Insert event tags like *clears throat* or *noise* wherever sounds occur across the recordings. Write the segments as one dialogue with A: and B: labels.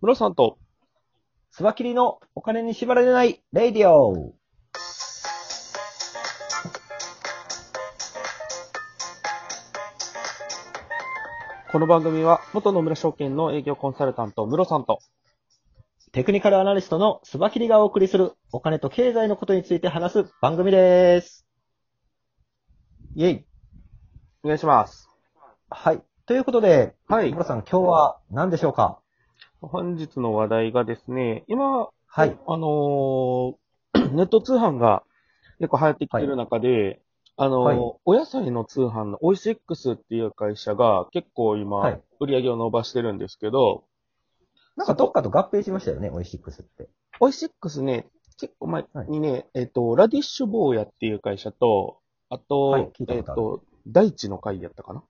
A: 村さんと、
B: スワキリのお金に縛られないレイディオ。
A: この番組は、元野村証券の営業コンサルタント、室さんと、
B: テクニカルアナリストのスワキリがお送りするお金と経済のことについて話す番組です。イェイ。
A: お願いします。
B: はい。ということで、
A: は
B: 小
A: い
B: 村。さん今日は何でしょうか
A: 本日の話題がですね、今、
B: はい。
A: あのー *clears throat* ネット通販が結構流行ってきてる中で、あのー
B: はい
A: お野菜の通販のオイシックスっていう会社が結構今、
B: はい
A: 売り上げを伸ばしてるんですけど、
B: なんかどっかと合併しましたよね、オイシックスって。
A: オイシックスね、結構前
B: はい
A: にね、えっ、と、ラディッシュ坊やっていう会社と、あと、
B: はい聞いた
A: え
B: こ
A: っ
B: とある
A: と、大地の会やったかな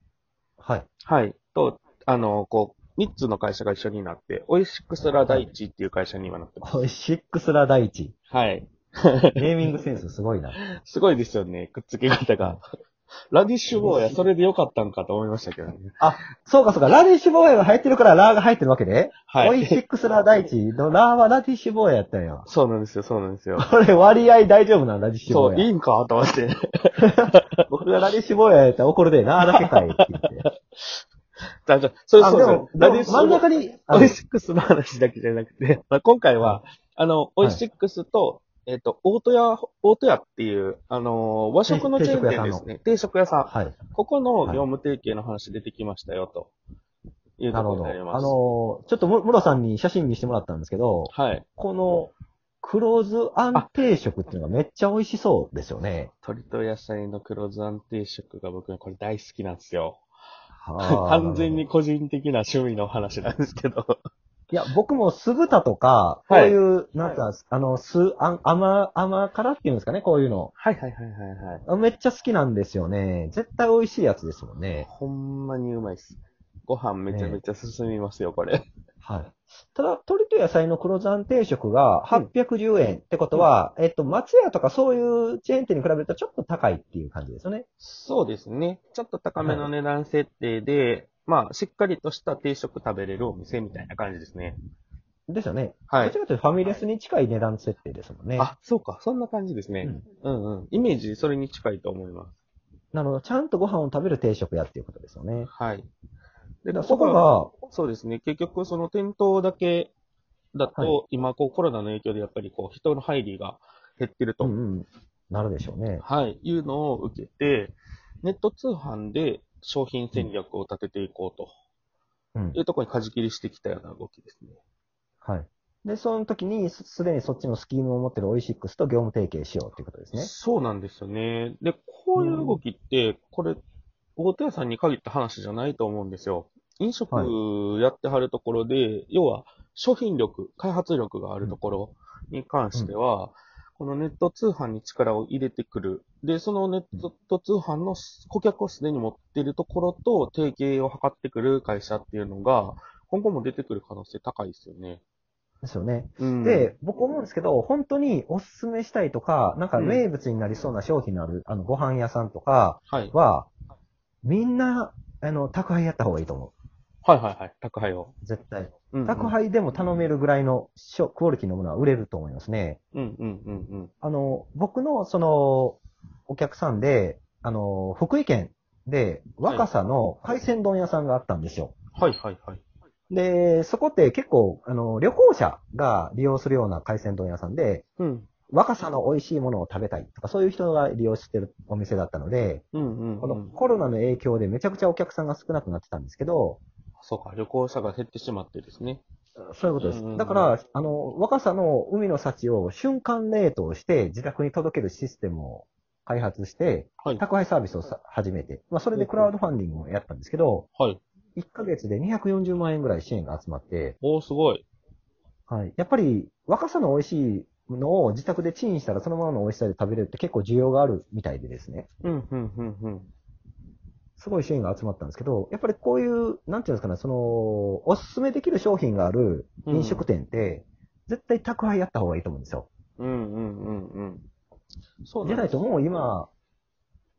B: はい。
A: はい。と、あの、こう、3つの会社が一緒になって、オイシックスラ大地っていう会社に今なってます。
B: オイシックスラ
A: *laughs*
B: 第一。
A: はい。
B: ネーミングセンスすごいな。
A: すごいですよね、くっつけ方が。ラディッシュ坊や、それでよかったんかと思いましたけどね。
B: そうかそうか、ラディッシュボーヤが入ってるからラーが入ってるわけで、
A: は
B: オイ
A: い。
B: シックスラ第一のラーはラディッシュボーヤやったんや。
A: そうなんですよ、そうなんですよ。
B: これ割合大丈夫なんラディッシュボ
A: そ
B: ーヤ。
A: う、いいんかと思って。
B: 僕がラディッシュボーイやったら怒るでな、あだけかいって言 *laughs* って。
A: だじゃそうそう
B: で
A: そう
B: も、。
A: ラディッ
B: でも
A: シ
B: 真
A: ュ
B: ん
A: 坊や、
B: 中に、あ
A: オ
B: の
A: イシックスの話だけじゃなくて、まあ、今回は、あの、オイシックスと、えっと、大戸屋、大戸屋っていう、あの、和食のチェーン店ですね。定食屋さん。
B: はい。
A: ここの業務提携の話出てきましたよ、という
B: な
A: と
B: る
A: ころに
B: ほど。
A: な
B: あ
A: り
B: の
A: ます。
B: ー、ちょっとむ、ムロさんに写真見せてもらったんですけど、
A: はい。
B: この、黒酢安定食っていうのがめっちゃ美味しそうですよね。 *laughs*
A: 鶏と野菜の黒酢安定食が僕これ大好きなんですよ。
B: は
A: *laughs*
B: あ
A: 完全に。個人的な趣味の話なんですけ *laughs* ど。
B: いや、僕も酢豚とか、こういう、なんか、あの、酢、あ甘、甘辛っていうんですかね、こういうの。
A: はいはいはいはいはい。
B: めっちゃ好きなんですよね。絶対美味しいやつですもんね。
A: ほんまにうまいっす。ご飯めちゃめちゃ進みますよ、これ。
B: はい。ただ、鶏と野菜の黒山定食が810円ってことは、えっと、松屋とかそういうチェーン店に比べるとちょっと高いっていう感じですよね。
A: そうですね。ちょっと高めの値段設定で、まあ、しっかりとした定食食べれるお店みたいな感じですね。
B: ですよね。
A: は
B: ど
A: い
B: ち。らかというとファミレスに近い値段設定ですもんね。
A: あ、そうか。そんな感じですね。うんうん。イメージ、それに近いと思います。
B: なるほど。ちゃんとご飯を食べる定食屋っていうことですよね。
A: はい。
B: だ
A: で
B: からそこ、が、
A: そうですね。結局、その店頭だけだと、
B: は
A: 今、こう、コロナの影響で、やっぱり、こう、人の入りが減ってると、
B: うんうん、なるでしょうね。
A: はい、いうのを受けて、ネット通販で商品戦略を立てていこうと
B: うん
A: い。うところに舵切りしてきたような動きですね。
B: はい。で、その時に、すすでにそっちのスキームを持ってるオイシックスと業務提携しようっていうことですね。
A: そうなんですよね。で、こういう動きって、これ、大手屋さんに限った話じゃないと思うんですよ。飲食やってはるところで、要は商品力、開発力があるところに関しては、このネット通販に力を入れてくる。で、そのネット通販の顧客をすでに持っているところと提携を図ってくる会社っていうのが、今後も出てくる可能性高いですよね。
B: ですよね。
A: うん、
B: で、僕思うんですけど、本当におすすめしたいとか、なんか
A: うん
B: 名物になりそうな商品のある、あの、ご飯屋さんとか
A: はい。
B: は、みんな、あの、宅配やった方がいいと思
A: はいはいはい。宅配を。
B: う。絶対。
A: うんうん
B: 宅配でも頼めるぐらいのしょクオリティのものは売れると思いますね。
A: うんうんうんうん。
B: あの、僕の、その、お客さんで、あの、福井県で、若狭の海鮮丼屋さんがあったんですよ。
A: はいはいはい。
B: で、そこって結構、あの、旅行者が利用するような海鮮丼屋さんで、
A: うん。
B: 若さの美味しいものを食べたいとか、そういう人が利用してるお店だったので、
A: うんうん、
B: こ
A: う
B: の
A: ん。
B: コロナの影響でめちゃくちゃお客さんが少なくなってたんですけど、
A: そうか、旅行者が減ってしまってですね。
B: そういうことで
A: うんうんうん
B: す。だから、あの、若さの海の幸を瞬間冷凍して自宅に届けるシステムを開発して、
A: はい。
B: 宅配サービスをさ始めて、まあ、それでクラウドファンディングをやったんですけど、
A: はい。
B: 1ヶ月で240万円ぐらい支援が集まって、
A: おー、すごい。
B: はい。やっぱり、若さの美味しいのを自宅でチンしたらそのままの美味しさで食べれるって結構需要があるみたいでですね。
A: うん、うん、うん、うん。
B: すごい支援が集まったんですけど、やっぱりこういう、なんていうんですかね、その、おすすめできる商品がある飲食店って、絶対宅配やった方がいいと思うんですよ。
A: うん、うん、うん、うん。そう
B: じゃ
A: ん
B: な
A: で
B: い
A: す
B: ともう今、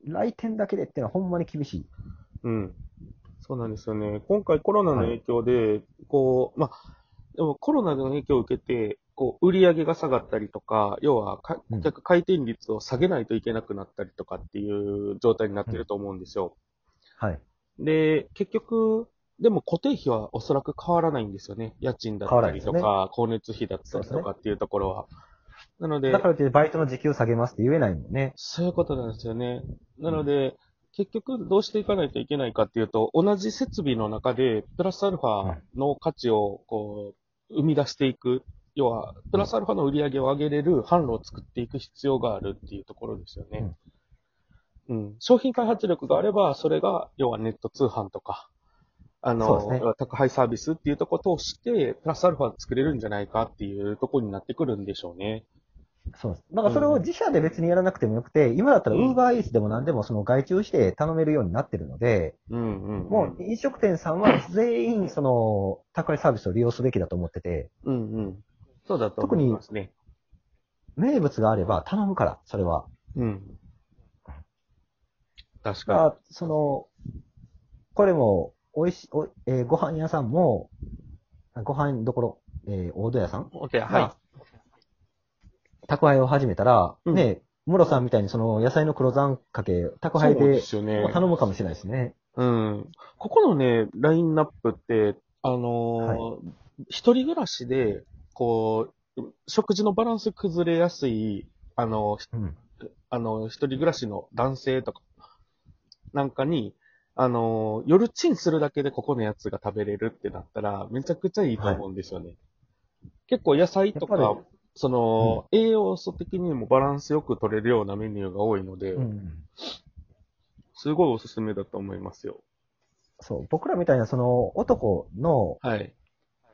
B: 来店だけでっていうのはほんまに厳しい。
A: うん。そうなんですよね。今回コロナの影響で、こう、まあ、でもコロナの影響を受けて、こう、売り上げが下がったりとか、要はか、
B: うん
A: 顧客回転率を下げないといけなくなったりとかっていう状態になってると思うんですよ。
B: はい。
A: で、結局、でも固定費はおそらく変わらないんですよね。家賃だっ
B: 変わら
A: た
B: な
A: り
B: いで
A: と
B: すね
A: か、光熱費だったり
B: そう
A: と
B: です
A: かっていうところは。なので
B: だ、からってバイトの時給下げますって言えないもんね。
A: そういうことなんですよね。なので、結局どうしていかないといけないかっていうと、同じ設備の中で、プラスアルファの価値をこう、生み出していく。要は、プラスアルファの売り上げを上げれる販路を作っていく必要があるっていうところですよね。うん。商品開発力があれば、それが、要はネット通販とか、あ
B: そう
A: の、
B: ですね
A: 要は宅配サービスっていうところを通して、プラスアルファ作れるんじゃないかっていうところになってくるんでしょうね。
B: そうです。だからそれを自社で別にやらなくてもよくて、今だったら
A: うん
B: UberEats でも何でもその外注して頼めるようになってるので、
A: うんうん、うん。
B: もう飲食店さんは全員その宅配サービスを利用すべきだと思ってて、
A: うんうん。そうだと思いますね。
B: 名物があれば頼むから、それは。
A: うん。確
B: ま
A: か
B: あ、その、これも、おいし、おいえーご飯屋さんも、あご飯どころ、えー大戸屋さん
A: に。お手、
B: ま
A: は
B: あ宅配を始めたら、
A: うん
B: ね、ムロさんみたいにその野菜の黒ざんかけ、
A: い。
B: 宅
A: そう
B: 配
A: で
B: です
A: よね。
B: 頼むかもしれないですね。
A: うん。ここのね、ラインナップって、あのー一人暮らしで、こう、食事のバランス崩れやすい、あの、ひ
B: うん。
A: あの、一人暮らしの男性とか、なんかに、あのー夜チンするだけでここのやつが食べれるってなったら、めちゃくちゃいいと思うんですよね。結構野菜と
B: やっ
A: か
B: ぱ、
A: その、栄養素的にもバランスよく取れるようなメニューが多いので、
B: うん。
A: すごいおすすめだと思いますよ。
B: そう、僕らみたいなその男の、
A: はい。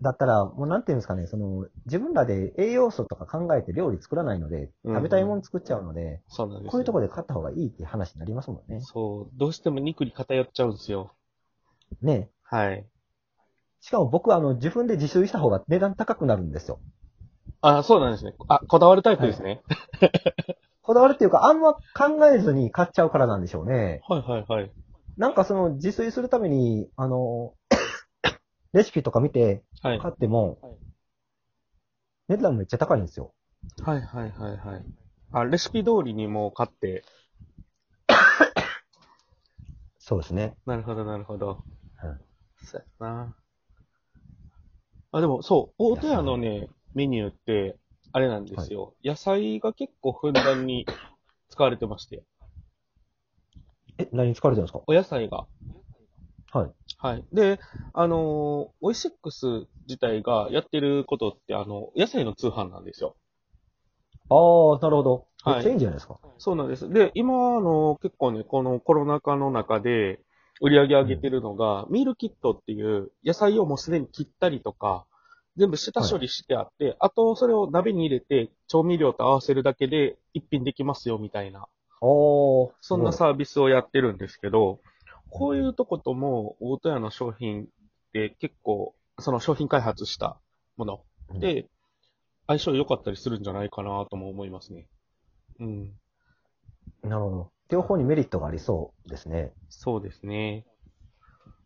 B: だったら、もうなんていうんですかね、その、自分らで栄養素とか考えて料理作らないので、
A: うん
B: 食べたいもの作っちゃうので、
A: そうなんですよ
B: こういうところで買った方がいいって話になりますもんね。
A: そう、どうしても肉に偏っちゃうんですよ。
B: ね。
A: はい。
B: しかも僕はあの、自分で自炊した方が値段高くなるんですよ。
A: あ、そうなんですね。あ、こだわるタイプですね。
B: こだわるっていうか、あんま考えずに買っちゃうからなんでしょうね。
A: はい、はい、はい。
B: なんかその自炊するために、あの、 *coughs* レシピとか見て
A: はい。
B: 買っても
A: はいはい、
B: 値段めっちゃ高いんですよ。
A: はい、はい、はい、はい。あ、レシピ通りにもう買って。
B: そうですね。
A: なるほど、なるほど。
B: はい
A: そうやな。あ、でもそう、大戸屋のね、メニューって、あれなんですよ、野菜が結構ふんだんに使われてまして。
B: え、何に使われてるんですか
A: お野菜が。
B: はい。
A: はい。で、あのー、オイシックス自体がやってることって、あの、野菜の通販なんですよ。
B: ああ、なるほど。
A: はい
B: めっちゃいいんじゃないですか。
A: そうなんです。で、今あの結構ね、このコロナ禍の中で売り上げ上げてるのが、ミールキットっていう野菜をもうすでに切ったりとか、全部下処理してあって、あとそれを鍋に入れて調味料と合わせるだけで一品できますよみたいな、
B: おー。
A: そんな
B: すごい。
A: サービスをやってるんですけど、こういうとことも大戸屋の商品って結構、その商品開発したもので、相性良かったりするんじゃないかなとも思いますね。うん。
B: なるほど。両方にメリットがありそうですね。
A: そうですね。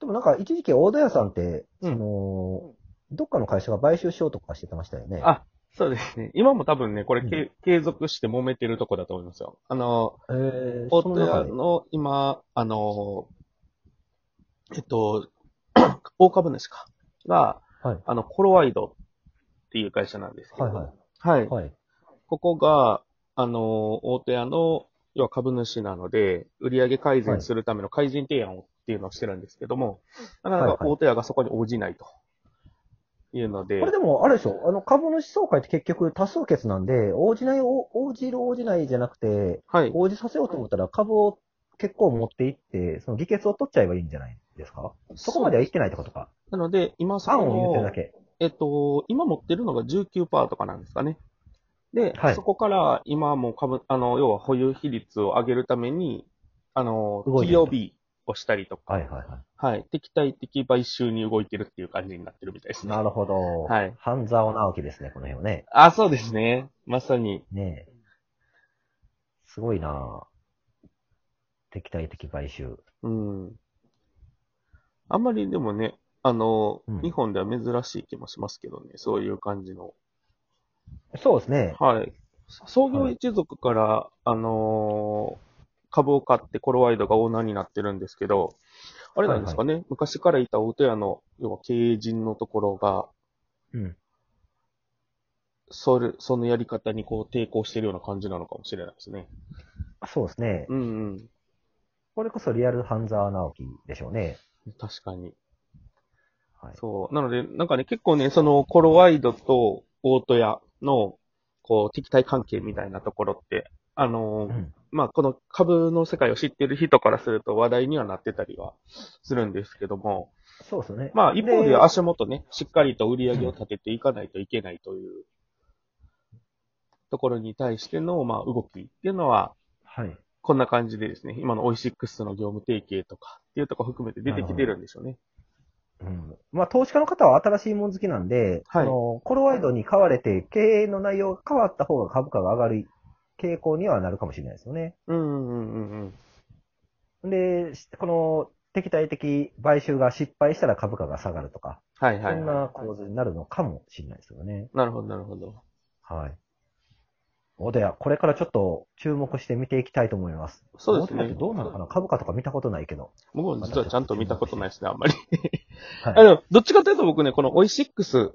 B: でもなんか一時期大戸屋さんって、
A: う
B: そ
A: ん
B: の、どっかの会社が買収しようとかしてましたよね。
A: あ、そうですね。今も多分ね、これ、
B: うん
A: け継続して揉めてるとこだと思いますよ。あの、
B: えー、
A: 大
B: そ
A: 戸
B: の中
A: 屋
B: で。
A: の今、あの、えっと、 *clears throat* 大株主か。が、
B: はい
A: あの、コロワイドっていう会社なんですけど、
B: はいは
A: はい
B: い。はい。
A: ここが、あの、大手屋の、要は株主なので、売上改善するための改善提案をっていうのをしてるんですけども、なかな
B: はい
A: か
B: はい
A: 大手屋がそこに応じないと。いうので。
B: これでも、あれでしょあの、株主総会って結局多数決なんで、応じない、応応じる、応じないじゃなくて、
A: はい。
B: 応じさせようと思ったら株を結構持っていって、その議決を取っちゃえばいいんじゃないですかそこまでは言ってないってことか。
A: なので、今そこ
B: 案を言ってるだ
A: の、
B: け。
A: えっと、今持ってるのが19%とかなんですかね。で、
B: はい
A: そこから今もう株、あの、要は保有比率を上げるために、あの、
B: 動いてる
A: TOB をしたりとか、
B: はいはいは
A: はい、敵対的買収に動いてるっていう感じになってるみたいです
B: い。
A: ね。
B: なるほど。
A: はい
B: 半沢直樹ですね、この辺はね。
A: あ、そうですね。まさに。
B: ねえ。すごいなぁ。敵対的買収。
A: うん。あんまりでもね、あの、
B: うん
A: 日本では珍しい気もしますけどね、そういう感じの。
B: そうですね。
A: はい。創業一族から、あのー株を買ってコロワイドがオーナーになってるんですけど、あれなんですかね、昔からいた大手屋の、要は経営陣のところが、
B: うん。
A: それ、そのやり方にこう抵抗してるような感じなのかもしれないですね。
B: そうですね。
A: うんうん。
B: これこそリアル半沢直樹でしょうね。
A: 確かに。
B: はい。
A: そう。なので、なんかね、結構ね、そのコロワイドと大戸屋の、こう、敵対関係みたいなところって、あのー
B: うん。
A: まあ、この株の世界を知ってる人からすると話題にはなってたりはするんですけども、
B: そうですよね。
A: まあ、一方で足元ね、しっかりと売り上げを立てていかないといけないというところに対しての、まあ、動きっていうのは、
B: はい。
A: こんな感じでですね、今のオイシックスの業務提携とかっていうところ含めて出てきてるんでしょうね。
B: うん。まあ、投資家の方は新しいもん好きなんで、
A: はい
B: あの、コロワイドに買われて経営の内容が変わった方が株価が上がる傾向にはなるかもしれないですよね。
A: うんうんうんうん。
B: で、しこの敵対的買収が失敗したら株価が下がるとか、
A: はいはい、
B: そんな構図になるのかもしれないですよね。
A: なるほどなるほど。
B: はい。おでや、これからちょっと注目して見ていきたいと思います。
A: そうですね
B: 大手だけどうなのかな株価とか見たことないけど。
A: 僕も実はちゃんと見たことないですね、あんまり。
B: はい
A: *laughs* あの、どっちかというと僕ね、このオイシックス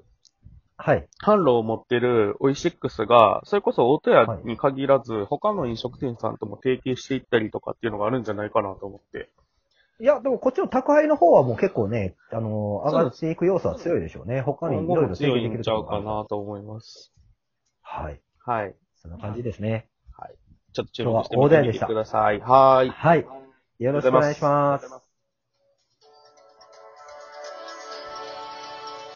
B: はい。
A: 販路を持ってるオイシックスが、それこそ大戸屋に限らず、他の飲食店さんとも提携していったりとかっていうのがあるんじゃないかなと思って。
B: いや、でもこっちの宅配の方はもう結構ね、あのー上がっていく要素は強いでしょうね。他にい
A: 今後
B: ろいろ
A: も
B: 提
A: 強
B: 携
A: い
B: でき
A: ん
B: る
A: ちゃう
B: と
A: か
B: ころがある
A: なと思います。
B: はい。
A: はい。
B: そんな感じですね。
A: ちょっと注目してみてみてください。はーい。
B: はい。よろしくお願いします。